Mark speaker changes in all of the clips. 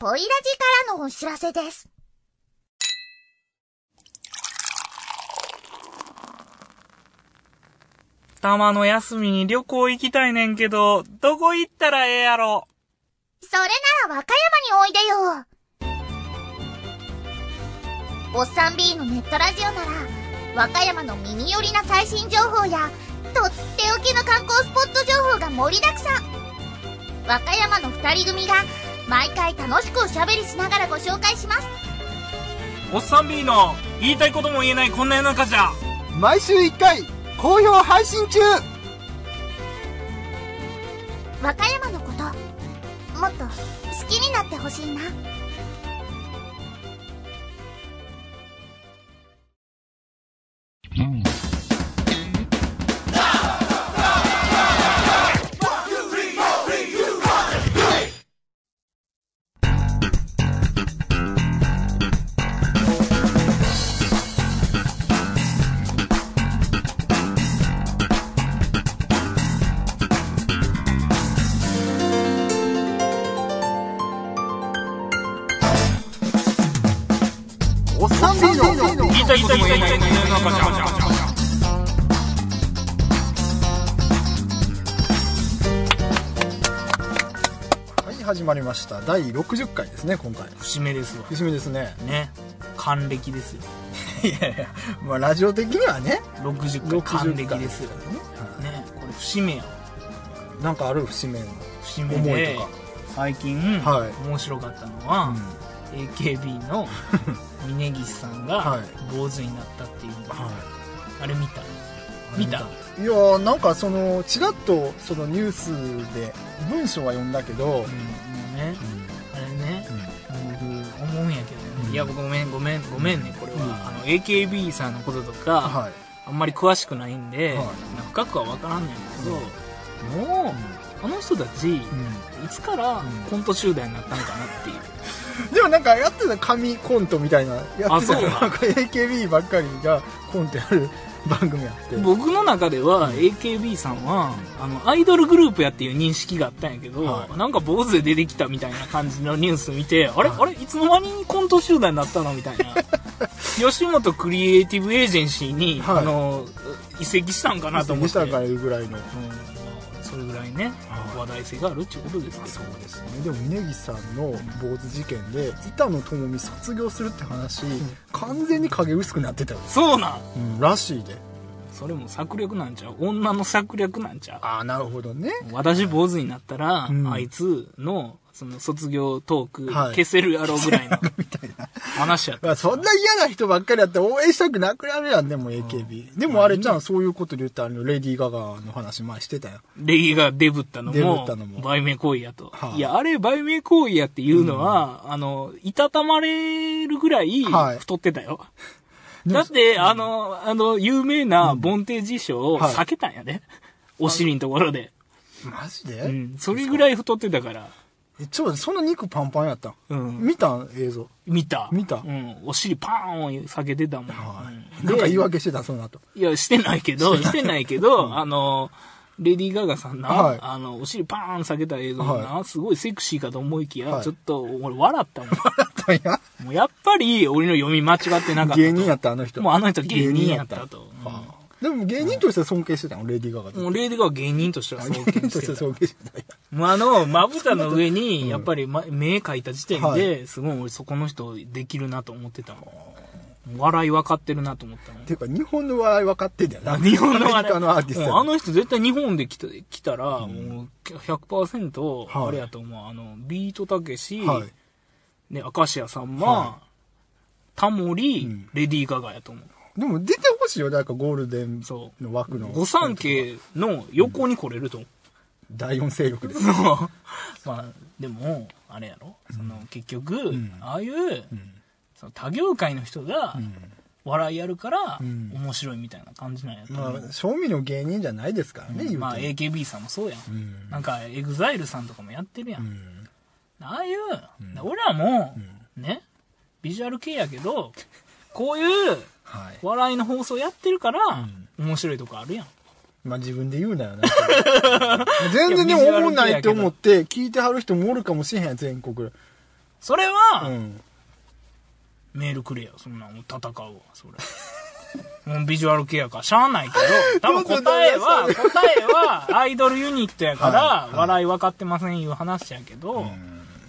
Speaker 1: ポイラジからのお知らせです。
Speaker 2: たまの休みに旅行行きたいねんけど、どこ行ったらええやろ。
Speaker 1: それなら和歌山においでよ。おっさん B のネットラジオなら、和歌山の耳寄りな最新情報や、とっておきの観光スポット情報が盛りだくさん。和歌山の二人組が、毎回楽しくおしゃべりしながらご紹介します。
Speaker 2: おっさん B の言いたいことも言えないこんな世の中じゃ。
Speaker 3: 毎週1回好評配信中
Speaker 1: 和歌山のこと、もっと好きになってほしいな。
Speaker 3: おっさん B の
Speaker 2: 言いたいことも言えないこんな世の中じゃ。
Speaker 3: はい始まりました第60回ですね今回
Speaker 2: 節目ですわ。
Speaker 3: 節目ですね
Speaker 2: ね。還暦ですよ。
Speaker 3: いやいやまあラジオ的にはね
Speaker 2: 60回還
Speaker 3: 60
Speaker 2: 暦
Speaker 3: 回
Speaker 2: ですよ。
Speaker 3: は
Speaker 2: ね。これ節目や。
Speaker 3: いなんかある節目の
Speaker 2: 節目
Speaker 3: 思い
Speaker 2: で
Speaker 3: とか、
Speaker 2: 最近、
Speaker 3: はい
Speaker 2: 面白かったのは、AKB の峯岸さん
Speaker 3: は
Speaker 2: が
Speaker 3: い
Speaker 2: 坊主になったっていうの、
Speaker 3: は
Speaker 2: あれ見た
Speaker 3: い
Speaker 2: 見た
Speaker 3: いやーなんかそのちらっとそのニュースで文章は読んだけど
Speaker 2: うん、もうね、あれね、僕思うんやけどね、
Speaker 3: うん
Speaker 2: いや僕ごめんごめんごめんねこれは、
Speaker 3: うん
Speaker 2: あの AKB さんのこととか、
Speaker 3: は
Speaker 2: あんまり詳しくないんで、
Speaker 3: はい
Speaker 2: 深くは分からんねんけど、もうあの人たち、
Speaker 3: い、
Speaker 2: いつからコント集団になったのかなっていう、
Speaker 3: でもなんかやってた紙コントみたいなや
Speaker 2: あ
Speaker 3: って
Speaker 2: そ
Speaker 3: た
Speaker 2: う
Speaker 3: なんか AKB ばっかりがコントやる番組やって
Speaker 2: 僕の中では AKB さんはあのアイドルグループやっていう認識があったんやけど、
Speaker 3: はい
Speaker 2: なんか坊主で出てきたみたいな感じのニュース見て、あれあれいつの間にコント集団になったのみたいな 吉本クリエイティブエージェンシーに、
Speaker 3: はい
Speaker 2: あの移籍したんかなと思っ
Speaker 3: 見
Speaker 2: て、う
Speaker 3: た
Speaker 2: ん
Speaker 3: かいうぐらいの
Speaker 2: それぐらいね、
Speaker 3: はい
Speaker 2: 話題性があるっていうことですけど
Speaker 3: そうですねでも峯岸さんの坊主事件で板野友美卒業するって話、完全に影薄くなってたよ、
Speaker 2: そうなん
Speaker 3: うん、らしいで
Speaker 2: それも策略なんちゃう女の策略なんちゃう
Speaker 3: ああなるほどね
Speaker 2: 私坊主になったら、
Speaker 3: うん
Speaker 2: あいつの、その卒業トーク、
Speaker 3: はい
Speaker 2: 消せるやろうぐらいの
Speaker 3: みたいな、
Speaker 2: 話やっ
Speaker 3: ま
Speaker 2: た。
Speaker 3: あ、そんな嫌な人ばっかりやって応援したくなくなるやんでも AKB、でもあれじゃんそういうことで言ったらあのレディー・ガガの話前してたよ
Speaker 2: レイがデブったの
Speaker 3: デブ
Speaker 2: も
Speaker 3: っ、たのも
Speaker 2: 売名行為やと。
Speaker 3: はい
Speaker 2: いや、あれ売名行為やっていうのは、あの、いたたまれるぐらい
Speaker 3: はい
Speaker 2: 太ってたよ。だって、あの、あの、有名なボンテージ衣装を
Speaker 3: はい
Speaker 2: 避けたんやで。お尻のところで。
Speaker 3: マジで、
Speaker 2: うん。それぐらい太ってたから。
Speaker 3: えちょっとそんな肉パンパンやったん、
Speaker 2: うん。
Speaker 3: 見たん映像
Speaker 2: 見た。
Speaker 3: 見た
Speaker 2: うん。お尻パーンを避けてたもん。
Speaker 3: はい。
Speaker 2: うん
Speaker 3: なんか言い訳してた、その後。
Speaker 2: いや、してないけ ど、してないけど、あの、レディー・ガガさんな、
Speaker 3: はい
Speaker 2: あの、お尻パーン下げた映像な、
Speaker 3: は
Speaker 2: すごいセクシーかと思いきや、
Speaker 3: はい
Speaker 2: ちょっと、俺笑った もん。
Speaker 3: 大変
Speaker 2: もうやっぱり、俺の読み間違ってなかったと。
Speaker 3: 芸人やった、あの人。
Speaker 2: もうあの人芸人やったと。
Speaker 3: ああでも芸人としては尊敬してたの、レディー・ガガ
Speaker 2: うんもうレディー・ガガ芸人としては尊敬
Speaker 3: 芸人と
Speaker 2: し
Speaker 3: して
Speaker 2: てた。
Speaker 3: 尊敬してたんや。
Speaker 2: もうあの、まぶたの上に、やっぱり、ま、目描いた時点で、
Speaker 3: は
Speaker 2: すごい俺そこの人できるなと思ってたもん。笑い分かってるなと思ったもん
Speaker 3: ていうか、日本の笑い分かってんだよな。
Speaker 2: 日本のあ
Speaker 3: アメ
Speaker 2: れ
Speaker 3: リカのアーティストや
Speaker 2: うんあの人絶対日本で来た来たら、もう100%
Speaker 3: はい
Speaker 2: あれやと思う、あのビートたけし、
Speaker 3: はい。
Speaker 2: ね、明石家さんま、
Speaker 3: は
Speaker 2: タモリ、
Speaker 3: うん
Speaker 2: レディー・ガガやと思う
Speaker 3: でも出てほしいよ、なんかゴールデン
Speaker 2: そう
Speaker 3: の枠の。
Speaker 2: 御三。家の横に来れると思う、
Speaker 3: 第四勢力です。
Speaker 2: まあでもあれやろその結局、ああいう、その他業界の人が笑いやるから、
Speaker 3: ん
Speaker 2: 面白いみたいな感じなんやと思う、
Speaker 3: まあ、正味の芸人じゃないですからね、言うても。
Speaker 2: まあ AKB さんもそうやん、
Speaker 3: ん
Speaker 2: なんか EXILE さんとかもやってるやん、
Speaker 3: うん
Speaker 2: ああいう、俺らも、ねビジュアル系やけどこういう
Speaker 3: はい。
Speaker 2: 笑いの放送やってるから、面白いとこあるやん
Speaker 3: まあ自分で言うな よな。全然でも思んないって思って、聞いてはる人もおるかもしれへん、全国。
Speaker 2: それは、
Speaker 3: うん。
Speaker 2: メールくれよ、そんなん戦うわ、それ。 もうビジュアル系やから、しゃあない けど、多分答えは、
Speaker 3: どう
Speaker 2: 答
Speaker 3: ぞ
Speaker 2: えは、アイドルユニットやから、
Speaker 3: はいはい
Speaker 2: 笑い分かってませんいう話やけど、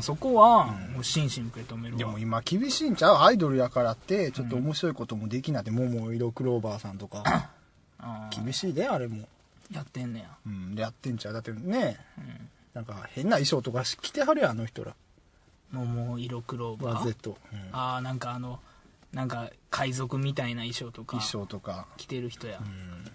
Speaker 2: そこは、もう真摯に受け止めるわ。
Speaker 3: でも今厳しいんちゃうアイドルやからって、ちょっと面白いこともできなくて、ももいろクローバーさん とか、
Speaker 2: あー
Speaker 3: 厳しいで、あれも。
Speaker 2: やってんねや。
Speaker 3: うん、やってんちゃうだってね、なんか変な衣装とかし着てはるやん、あの人ら。
Speaker 2: もう、もう色黒
Speaker 3: ワ
Speaker 2: が
Speaker 3: ゼッ。ト。うん
Speaker 2: ああ、なんかあの、なんか、海賊みたいな衣装とか
Speaker 3: 衣、装とか。
Speaker 2: 着てる人や。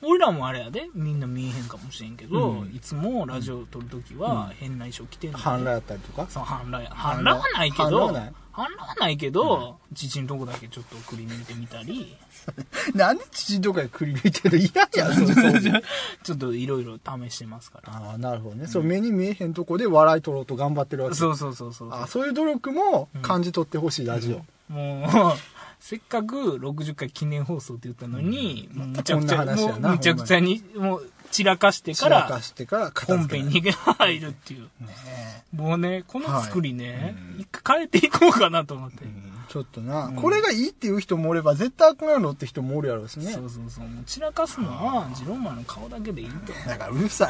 Speaker 2: 俺らもあれやで、みんな見えへんかもしれんけど、いつもラジオ撮るときは、変な衣装着てんの。
Speaker 3: 反乱やったりとか。
Speaker 2: その反乱や反乱はないけ
Speaker 3: 反乱
Speaker 2: ど
Speaker 3: はない
Speaker 2: 反乱はないけど父のとこだけちょっとくり抜いてみたり
Speaker 3: なんで父とかでくり抜いてる嫌やん、その装備
Speaker 2: ちょっといろいろ試してますから
Speaker 3: ああ、なるほどね。そう、目に見えへんとこで笑い取ろうと頑張ってるわけ。
Speaker 2: そうそうそうそう
Speaker 3: あそういう努力も感じ取ってほしい、ラジオ。
Speaker 2: もうせっかく60回記念放送って言ったのに、もうむちゃくち
Speaker 3: こ
Speaker 2: ゃ
Speaker 3: んな話
Speaker 2: も
Speaker 3: や
Speaker 2: う
Speaker 3: な
Speaker 2: むちゃくちゃにもう散らかしてか
Speaker 3: 散らからしてから片
Speaker 2: 本
Speaker 3: 付け
Speaker 2: 編
Speaker 3: ない
Speaker 2: に入るっていう、もうねこの作りね、一回変えていこうかなと思って、
Speaker 3: ちょっとな、これがいいっていう人もおれば、絶対あかんやろって人もおるやろうしね
Speaker 2: そ。うそうそうもう散らかすのはジローマンの顔だけでいいと
Speaker 3: だからう るさい。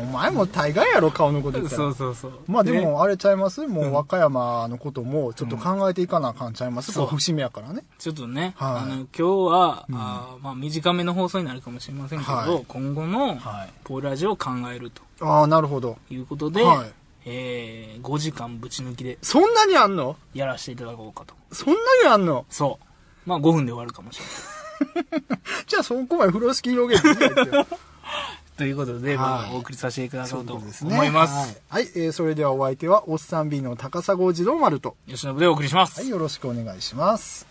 Speaker 3: お前も大概やろ、顔のこと言ったら
Speaker 2: そうそうそう
Speaker 3: まあで
Speaker 2: ね
Speaker 3: も、あれちゃいますもう和歌山のことも、ちょっと考えていかなあかんちゃいます、
Speaker 2: そう
Speaker 3: これ節目やからね。
Speaker 2: ちょっとね、
Speaker 3: はい
Speaker 2: あの今日は、あーまあ、短めの放送になるかもしれませんけど、
Speaker 3: はい
Speaker 2: 今後の
Speaker 3: はい
Speaker 2: ポーラジオを考えると
Speaker 3: ああ、なるほど。
Speaker 2: いうことで、
Speaker 3: はい
Speaker 2: えー、5時間ぶち抜きで
Speaker 3: そんなにあんの
Speaker 2: やらせていただこうかと。
Speaker 3: そんなにあんの
Speaker 2: そう。まあ5分で終わるかもしれない。
Speaker 3: じゃあそこまで風呂敷広げていい ですよ
Speaker 2: ということで、
Speaker 3: はい
Speaker 2: まあお送りさせていただこうと思います。
Speaker 3: はい。はい、えーそれではお相手は、おっさん B の高砂二郎丸と。
Speaker 2: 吉野部でお送りします。
Speaker 3: はい、よろしくお願いします。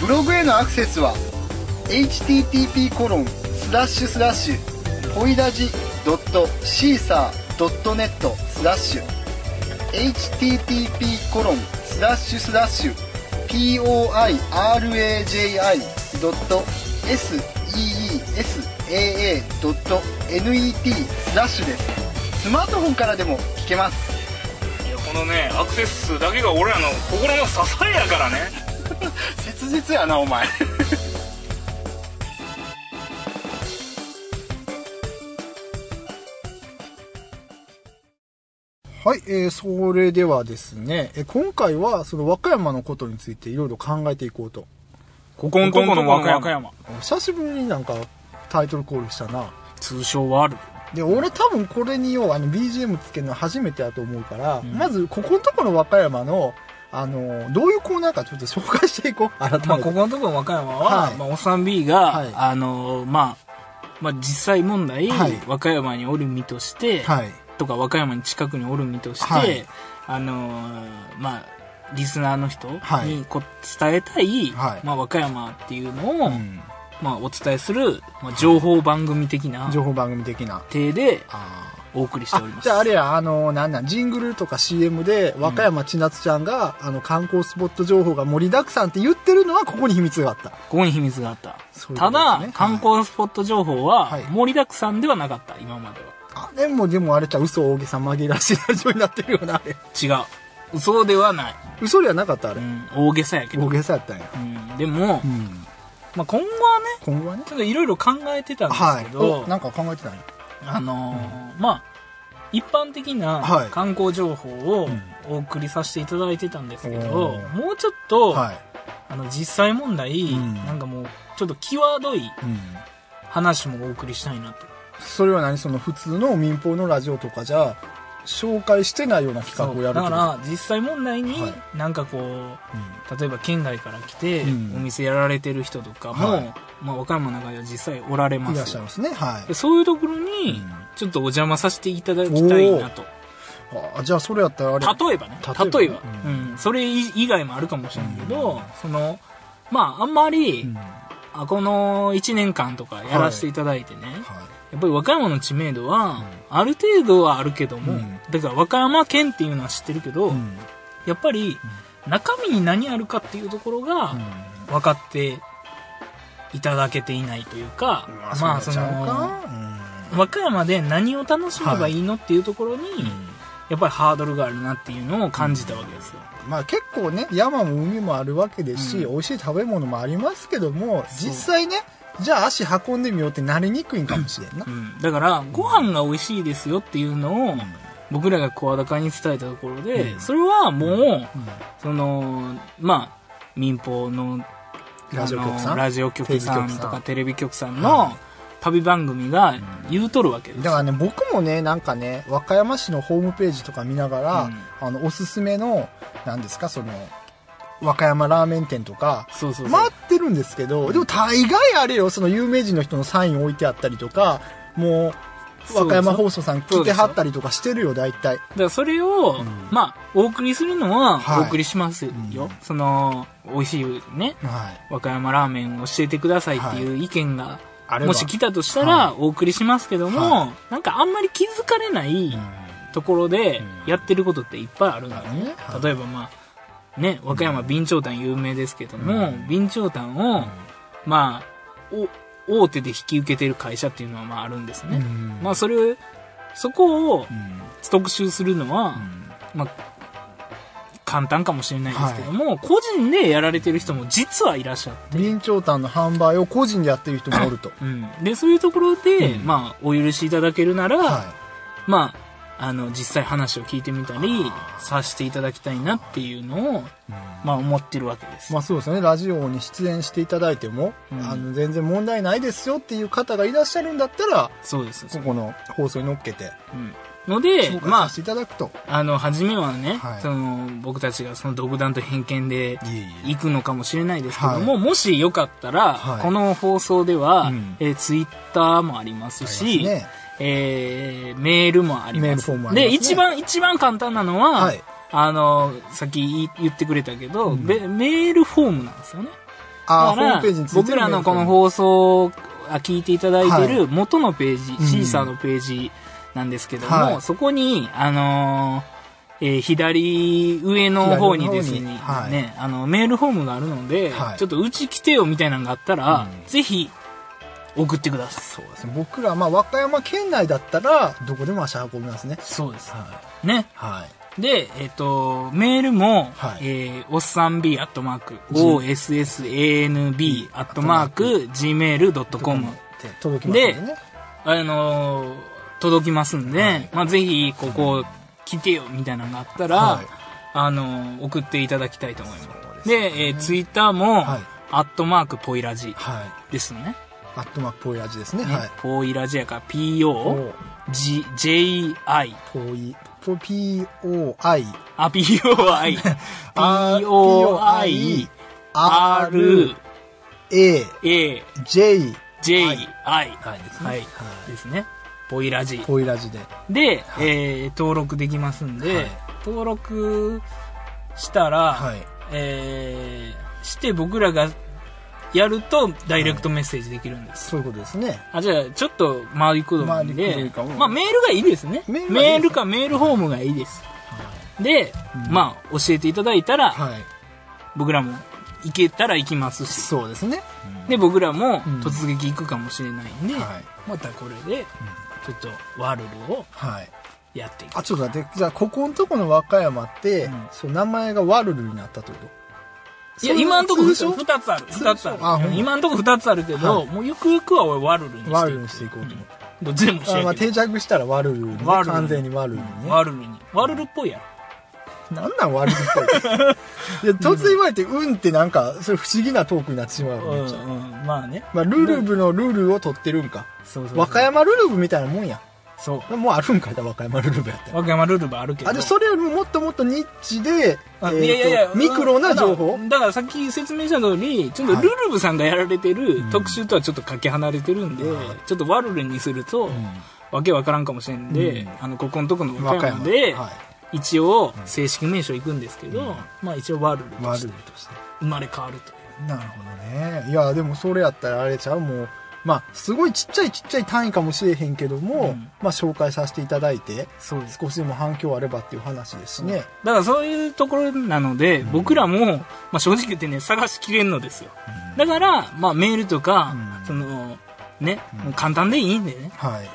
Speaker 3: ブログへのアクセスは http コロンスラッシュスラッシュホイラジドットシーサードットネットスラッシュ http コロンスラッシュスラッシュ poiraji ドット seesaa ドット net スラッシュですスマートフォンからでも聞けます
Speaker 2: いやこのね、アクセス数だけが俺らの心の支えやからね。
Speaker 3: 切実やなお前はい、えーそれではですね、えー今回はその和歌山のことについていろいろ考えていこうと
Speaker 2: ここんとこの和歌山。
Speaker 3: 久しぶりになんかタイトルコールしたな
Speaker 2: 通称はある。
Speaker 3: で俺多分これにようあの BGM つけるの初めてだと思うから、まずここのとこの和歌山のあのどういうコーナーかちょっと紹介していこう改めて、
Speaker 2: まあ、ここのところ和歌山は、
Speaker 3: はい
Speaker 2: まあ、おっさん B が、
Speaker 3: はい
Speaker 2: あのーまあ、まあ、実際問題、
Speaker 3: はい
Speaker 2: 和歌山におる身として、
Speaker 3: はい
Speaker 2: とか和歌山に近くにおる身として、
Speaker 3: はい
Speaker 2: あのーまあ、リスナーの人
Speaker 3: はい
Speaker 2: にこ伝えたい、
Speaker 3: はい
Speaker 2: まあ、和歌山っていうのを、
Speaker 3: うん
Speaker 2: まあ、お伝えする、まあ、情報番組的な
Speaker 3: 情報番組的な
Speaker 2: 体で
Speaker 3: あ
Speaker 2: お送りしておりま
Speaker 3: あじ
Speaker 2: す。
Speaker 3: ゃああれやあのなんなんジングルとか CM で和歌山千夏ちゃんが、あの観光スポット情報が盛りだくさんって言ってるのはここに秘密があった
Speaker 2: ここに秘密があった。
Speaker 3: そういう
Speaker 2: た
Speaker 3: こ
Speaker 2: だ、
Speaker 3: とですねはい
Speaker 2: 観光スポット情報は
Speaker 3: はい
Speaker 2: 盛りだくさんではなかった、今までは。
Speaker 3: あでもでもあれちゃう嘘大げさ紛らわしいラジオになってるよなあれ
Speaker 2: 違う。嘘ではない。
Speaker 3: 嘘ではなかったあ
Speaker 2: う
Speaker 3: れ、
Speaker 2: ん、大げさやけど
Speaker 3: 大。げさやったんや
Speaker 2: うん、でも、
Speaker 3: うん
Speaker 2: まあ、今後はね、
Speaker 3: 今後はね
Speaker 2: ちょっといろいろ考えてたん
Speaker 3: は
Speaker 2: です
Speaker 3: い
Speaker 2: けど、
Speaker 3: おなんか考えてたんや
Speaker 2: あのーまあ、一般的な
Speaker 3: はい
Speaker 2: 観光情報を
Speaker 3: ん
Speaker 2: お送りさせていただいてたんですけど、
Speaker 3: おー
Speaker 2: もうちょっと、
Speaker 3: はい
Speaker 2: あの、実際問題、
Speaker 3: ん
Speaker 2: なんかもう、ちょっと際どい
Speaker 3: うん
Speaker 2: 話もお送りしたいなと。
Speaker 3: それは何その普通の民放のラジオとかじゃ紹介してないような企画をやる
Speaker 2: だ
Speaker 3: って
Speaker 2: か
Speaker 3: こと
Speaker 2: ら、実際問題に
Speaker 3: は
Speaker 2: なんかこう、例えば県外から来て、
Speaker 3: うん
Speaker 2: お店やられてる人とかも、
Speaker 3: はい
Speaker 2: まあ、和歌山の中では実際おられ
Speaker 3: うんい
Speaker 2: ま
Speaker 3: らっし
Speaker 2: す
Speaker 3: ゃい。ますねはい
Speaker 2: でそういうところに
Speaker 3: うん、
Speaker 2: ちょっとお邪魔させていただきたいなと。
Speaker 3: あじゃあそれやったらあれ
Speaker 2: 例えばね
Speaker 3: 例えばね
Speaker 2: 例えば、
Speaker 3: う
Speaker 2: うんそれ以以外もあるかもしれんけど、そのまああんまり、
Speaker 3: うん
Speaker 2: あこの1年間とかやらせていただいてね、
Speaker 3: はい
Speaker 2: やっぱり和歌山の知名度は、ある程度はあるけども、
Speaker 3: うん
Speaker 2: だから和歌山県っていうのは知ってるけど、
Speaker 3: うん
Speaker 2: やっぱり中身に何あるかっていうところが分かっていただけていないというか、
Speaker 3: まあ、
Speaker 2: まあ
Speaker 3: そ
Speaker 2: そう
Speaker 3: なっちゃ
Speaker 2: の、
Speaker 3: うか、
Speaker 2: 和歌山で何を楽しめばいいのっていうところに、
Speaker 3: うん
Speaker 2: やっぱりハードルがあるなっていうのを感じたわけですよ。
Speaker 3: まあ結構ね山も海もあるわけですし、美味しい食べ物もありますけども実際ねじゃあ足運んでみようってなりにくいんかもしれんな、
Speaker 2: うんだから、ご飯が美味しいですよっていうのを、僕らが声高に伝えたところで、
Speaker 3: うん
Speaker 2: それはもう、
Speaker 3: うん
Speaker 2: その、まあ、民放の、
Speaker 3: ラジオ局
Speaker 2: あ
Speaker 3: さ
Speaker 2: の
Speaker 3: ん
Speaker 2: ラジオ局さん
Speaker 3: テレビ局さ
Speaker 2: と
Speaker 3: ん
Speaker 2: かテレビ局さん
Speaker 3: は
Speaker 2: の
Speaker 3: い
Speaker 2: 旅番組が言うとるわけです
Speaker 3: だ
Speaker 2: よ。
Speaker 3: からね僕もねなんかね和歌山市のホームページとか見ながら、あのおすすめの何ですかその和歌山ラーメン店とか
Speaker 2: そうそうそう。
Speaker 3: 回ってるんですけどでも大概あれよその有名人の人のサイン置いてあったりとかもう和歌山放送さん来てはったりとかしてるよ大体
Speaker 2: だからそれを、
Speaker 3: ん
Speaker 2: まあ、お送りするのは
Speaker 3: はい
Speaker 2: お送りしますよ。
Speaker 3: うん
Speaker 2: その、美味しいね、
Speaker 3: はい
Speaker 2: 和歌山ラーメンを教えてくださいっていう意見が、
Speaker 3: あれは
Speaker 2: もし来たとしたら
Speaker 3: は
Speaker 2: お送りしますけども、
Speaker 3: は
Speaker 2: なんかあんまり気づかれないところでやってることっていっぱいあるんだよね。
Speaker 3: はい
Speaker 2: 例えばまあ、ね、和歌山備長炭有名ですけども、備長炭を、まあ、お大手で引き受けてる会社っていうのはまああるんですね。
Speaker 3: うん
Speaker 2: まあそれ、そこを
Speaker 3: うん
Speaker 2: 特集するのは、まあ、簡単かもしれないですけども、個人でやられてる人も実はいらっしゃって
Speaker 3: 備長炭の販売を個人でやってる人もおると
Speaker 2: うん、でそういうところで、
Speaker 3: うん
Speaker 2: まあ、お許しいただけるなら、
Speaker 3: は
Speaker 2: まあ、あの実際話を聞いてみたりさせていただきたいなっていうのを、まあ、思ってるわけです、
Speaker 3: いまあそうですねラジオに出演していただいても、
Speaker 2: うん
Speaker 3: あの全然問題ないですよっていう方がいらっしゃるんだったら
Speaker 2: そうです、
Speaker 3: ここの放送に乗っけて
Speaker 2: うん、ので
Speaker 3: 紹介
Speaker 2: ま
Speaker 3: さ
Speaker 2: あ
Speaker 3: せていただくと、
Speaker 2: あの初めはね、
Speaker 3: はい
Speaker 2: その僕たちがその独断と偏見で
Speaker 3: いえいえ
Speaker 2: 行くのかもしれないですけども、もしよかったら、
Speaker 3: はい
Speaker 2: この放送では、
Speaker 3: うん
Speaker 2: えツイッター Twitter もありますし
Speaker 3: ありますね
Speaker 2: えーメールもあります
Speaker 3: メールフォームありますね
Speaker 2: で一番一番簡単なのは、
Speaker 3: はい
Speaker 2: あのさっき言い言ってくれたけど、べメールフォームなんですよね
Speaker 3: あ
Speaker 2: だか
Speaker 3: あホーム
Speaker 2: ら
Speaker 3: ページについて
Speaker 2: 僕らのこの放送をあ聞いていただいてる元のページ、
Speaker 3: ん
Speaker 2: シーサーのページなんですけども、
Speaker 3: はい
Speaker 2: そこにあのーえー左上の方にです
Speaker 3: 左上の
Speaker 2: ね、
Speaker 3: 方にはい
Speaker 2: ねあのメールフォームがあるので、
Speaker 3: はい
Speaker 2: ちょっとうち来てよみたいなのがあったら、ぜひ送ってください。そうです。
Speaker 3: 僕ら、まあ、和歌山県内だったらどこでも足運びますね
Speaker 2: そうです。
Speaker 3: は
Speaker 2: ね。
Speaker 3: いはい
Speaker 2: で、えっ、と、メールも、
Speaker 3: はい
Speaker 2: えー、おっさん b アットマーク、ossanb アットマーク、gmail.com
Speaker 3: で届きますんでね
Speaker 2: あのー届きますんで、まあ、ぜひ、ここ、来てよ、みたいなのがあったら、
Speaker 3: はい
Speaker 2: あのー送っていただきたいと思います。
Speaker 3: そう
Speaker 2: で
Speaker 3: です
Speaker 2: えー、ツイッターも、
Speaker 3: はい
Speaker 2: アットマーク、ポイラジ
Speaker 3: はい
Speaker 2: ですね。
Speaker 3: アットマークぽい味ですね
Speaker 2: ね
Speaker 3: はい
Speaker 2: ポイラジやから、PO、G、JI、
Speaker 3: ぽいぽ POI
Speaker 2: あ、POI、POI、
Speaker 3: R
Speaker 2: R、
Speaker 3: A
Speaker 2: A、
Speaker 3: J
Speaker 2: J、
Speaker 3: は
Speaker 2: I
Speaker 3: い。はいですね
Speaker 2: はい
Speaker 3: は。
Speaker 2: ですね。ポイラジ。
Speaker 3: ぽいラジで
Speaker 2: で、えー登録できますんで、
Speaker 3: はい
Speaker 2: 登録したら、
Speaker 3: はい
Speaker 2: えーして僕らがやるとダイレクトメッセージできるんです。
Speaker 3: そういうことですね
Speaker 2: あじゃあ、ちょっと回りくどいん
Speaker 3: 回りくど
Speaker 2: で
Speaker 3: いかも、
Speaker 2: まあメールがいいですね。
Speaker 3: メールがいいです
Speaker 2: メールかメールフォームがいいです。で、まあ教えていただいたら、
Speaker 3: はい
Speaker 2: 僕らも行けたら行きますし、
Speaker 3: そうですね
Speaker 2: で、僕らも
Speaker 3: ん
Speaker 2: 突撃行くかもしれないんで、
Speaker 3: はい
Speaker 2: またこれで、ちょっとワルルを
Speaker 3: はい
Speaker 2: やっていく。
Speaker 3: あちょっと待ってじゃあここのとこの和歌山って
Speaker 2: ん
Speaker 3: そう名前がワルルになったってこと
Speaker 2: いや、今んとこ二
Speaker 3: 通
Speaker 2: つ
Speaker 3: 称
Speaker 2: 二つある。
Speaker 3: 通称
Speaker 2: 二つ
Speaker 3: あ
Speaker 2: あ
Speaker 3: ほん
Speaker 2: る。
Speaker 3: ま
Speaker 2: 今んとこ二つあるけど、
Speaker 3: はい
Speaker 2: もうゆくゆくは俺ワルルにしていく。
Speaker 3: ワルルにしていこうと思って
Speaker 2: どっちでも一緒
Speaker 3: あま
Speaker 2: や
Speaker 3: あ
Speaker 2: け
Speaker 3: 定着したらワルルにね、
Speaker 2: ど。ワルル。
Speaker 3: 完全にワルルに
Speaker 2: うん
Speaker 3: ね。
Speaker 2: ワルルに。ワルルっぽいや
Speaker 3: なんなんワルルっぽい。 いや、突然言われて、うんってなんか、それ不思議なトークになってしまう
Speaker 2: ろ。
Speaker 3: わ
Speaker 2: う
Speaker 3: め
Speaker 2: ん
Speaker 3: っ
Speaker 2: う
Speaker 3: ちゃ
Speaker 2: ん。まあね。
Speaker 3: まあ、ルルブのルルを取ってるんか。
Speaker 2: そうそう。
Speaker 3: 和歌。山ルルブみたいなもんや。
Speaker 2: そう。
Speaker 3: もうあるんかいな和歌山ルルブやったら
Speaker 2: 和歌山ルルバあるけど。
Speaker 3: あ、で、それよりももっともっとニッチで、
Speaker 2: あ
Speaker 3: えーと
Speaker 2: いやいやいや、
Speaker 3: ミクロな情報
Speaker 2: だだからさっき説明した通り、ちょっとルルブさんがやられてる特集とはちょっとかけ離れてるんで、ちょっとワルルにすると、わけわからんかもしれんで、
Speaker 3: うん
Speaker 2: あの、ここのとこの和
Speaker 3: 和
Speaker 2: 歌
Speaker 3: 歌
Speaker 2: 山
Speaker 3: 山
Speaker 2: で、
Speaker 3: は
Speaker 2: 一応正式名称行くんですけど、まあ一応ワルル
Speaker 3: い。
Speaker 2: と
Speaker 3: ワル
Speaker 2: し
Speaker 3: ル
Speaker 2: て
Speaker 3: として。
Speaker 2: 生まれ変わるという
Speaker 3: なるほどね。いや、でもそれやったらあれちゃうもう、まあ、すごいちっちゃいちっちゃい単位かもしれへんけども、
Speaker 2: うん
Speaker 3: まあ、紹介させていただいて、
Speaker 2: そうです
Speaker 3: 少しでも反響あればっていう話ですしね。
Speaker 2: だからそういうところなので、僕らも、まあ、正直言ってね探しきれんのですよだから、まあ、メールとか、
Speaker 3: うん
Speaker 2: そのね、
Speaker 3: うん
Speaker 2: もう簡単でいいんでね
Speaker 3: はい。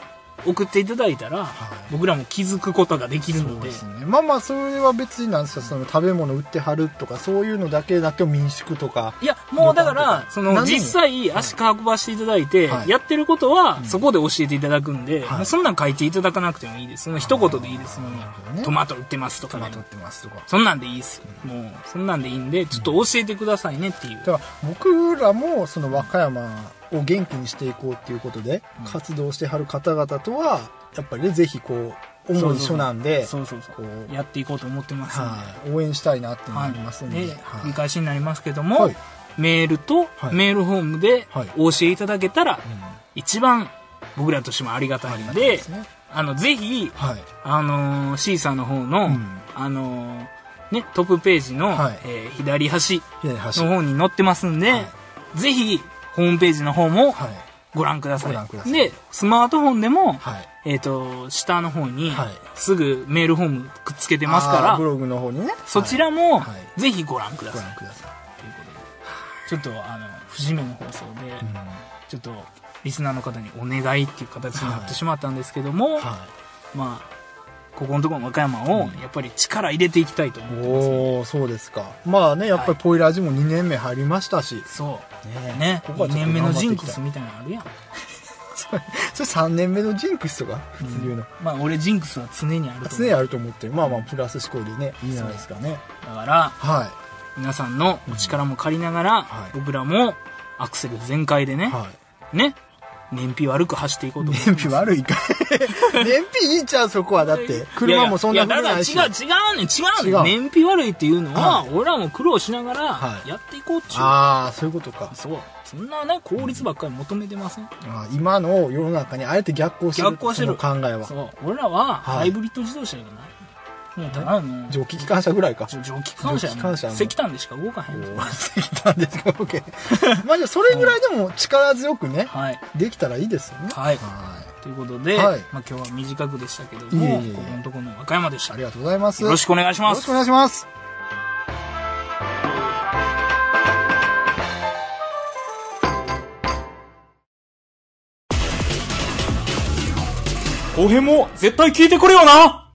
Speaker 2: 送っていただいたら、
Speaker 3: い
Speaker 2: 僕らも気づくことができるの
Speaker 3: そう
Speaker 2: で
Speaker 3: ですね。まあまあ、それは別になんですよ。その食べ物売ってはるとか、そういうのだけなくても民宿とか。
Speaker 2: いやもうだから
Speaker 3: うん
Speaker 2: そ
Speaker 3: 何
Speaker 2: の
Speaker 3: でも
Speaker 2: 実際足運ばしていただいて、
Speaker 3: はい
Speaker 2: やってることはそこで教えていただくんで、
Speaker 3: はい
Speaker 2: もうそんなん書いていただかなくてもいいですその一言でいいですもん、
Speaker 3: なるほどね
Speaker 2: トマト売ってますとか
Speaker 3: ト
Speaker 2: ね
Speaker 3: マト売ってますとか。
Speaker 2: そんなんでいいですもうそんなんでいいんでちょっと教えてくださいねっていう、
Speaker 3: だから僕らもその和歌山を元気にしていこうっていうことで
Speaker 2: うん
Speaker 3: 活動してはる方々とはやっぱりねぜひこう思い一緒なんで
Speaker 2: そうそうそう
Speaker 3: こう
Speaker 2: やっていこうと思ってますんで、
Speaker 3: はい応援したいなってなりますんで、
Speaker 2: で
Speaker 3: はい
Speaker 2: 繰り返しになりますけども、
Speaker 3: はい
Speaker 2: メールと
Speaker 3: はい
Speaker 2: メールフォームで
Speaker 3: はい
Speaker 2: お教えいただけたら
Speaker 3: うん
Speaker 2: 一番僕らとしてもありがたいん
Speaker 3: そうで
Speaker 2: です
Speaker 3: ね
Speaker 2: あのぜひ、
Speaker 3: はい
Speaker 2: あのー、シーサーの方の、
Speaker 3: うん
Speaker 2: あのーね、トップページの、
Speaker 3: はい
Speaker 2: えー左端
Speaker 3: 左端
Speaker 2: の
Speaker 3: はい
Speaker 2: 方に載ってますんで、ぜひホームページの方もご覧ください,、
Speaker 3: ご覧ください
Speaker 2: でスマートフォンでも、
Speaker 3: はい
Speaker 2: えっと下の方に、
Speaker 3: はい
Speaker 2: すぐメールフォームくっつけてますか
Speaker 3: あー
Speaker 2: ら
Speaker 3: ブログの方にね
Speaker 2: そち
Speaker 3: は
Speaker 2: らも、
Speaker 3: は
Speaker 2: ぜひご覧くだ
Speaker 3: いご
Speaker 2: さい
Speaker 3: 覧ください
Speaker 2: ちょっとあの節目の放送で、
Speaker 3: うん
Speaker 2: ちょっとリスナーの方にお願いっていう形になってしまったんですけども、
Speaker 3: は
Speaker 2: まあここのところの和歌山をやっぱり力入れていきたいと思っ
Speaker 3: い
Speaker 2: てます、
Speaker 3: おおそうですかまあねやっぱりポイラジも2年目入りましたし
Speaker 2: そう
Speaker 3: ね
Speaker 2: ね
Speaker 3: ここは
Speaker 2: 2
Speaker 3: ちょっと
Speaker 2: 年目のジンク
Speaker 3: 頑張っていき
Speaker 2: ス
Speaker 3: たい
Speaker 2: みたいなのあるやん
Speaker 3: それそれ3年目のジンクスとか普通言うの
Speaker 2: まあ俺ジンクスは常にあると
Speaker 3: 常
Speaker 2: 思う
Speaker 3: にあると思ってまあまあプラス思考でねいいんじゃないですかね
Speaker 2: だから
Speaker 3: は
Speaker 2: 皆さんのお力も借りながら、
Speaker 3: はい
Speaker 2: 僕らもアクセル全開でね、
Speaker 3: いはい
Speaker 2: ね燃費悪く走っていこうと思います
Speaker 3: 燃費悪いか 燃費いいじゃんそこ はだって車もそんな
Speaker 2: にな
Speaker 3: 古
Speaker 2: いや
Speaker 3: ないいし
Speaker 2: やだから違う違うね違うね
Speaker 3: 違
Speaker 2: 燃費悪いっていうのは、
Speaker 3: は
Speaker 2: 俺らも苦労しながら
Speaker 3: はい
Speaker 2: やっていこうっちゅう、
Speaker 3: ああそういうことか
Speaker 2: そうそんなね効率ばっかり求めてません、
Speaker 3: あー今の世の中にあえて逆行してる
Speaker 2: 逆行してる
Speaker 3: その考えは
Speaker 2: そう俺らは
Speaker 3: はい
Speaker 2: ハイブリッド自動車じゃない、もうだからもう
Speaker 3: 蒸気機関車ぐらいか
Speaker 2: 蒸蒸気機関車や
Speaker 3: 蒸気機
Speaker 2: もん
Speaker 3: 関車やもん
Speaker 2: 石炭でしか動かへん
Speaker 3: おー石炭ですか OK まあじゃあそれぐらいでも力強くね
Speaker 2: はい
Speaker 3: できたらいいですよね
Speaker 2: はい
Speaker 3: は
Speaker 2: ということで、
Speaker 3: はい
Speaker 2: まあ、今日は短くでしたけど
Speaker 3: いえい
Speaker 2: も
Speaker 3: えいえ
Speaker 2: ここのところの和歌山でし
Speaker 3: い
Speaker 2: た
Speaker 3: あ
Speaker 2: よ
Speaker 3: りがとうございます
Speaker 2: ろしくお願いし
Speaker 3: よ
Speaker 2: ま
Speaker 3: ろし
Speaker 2: す
Speaker 3: くお願いします
Speaker 2: 後編も絶対聞いてくれよな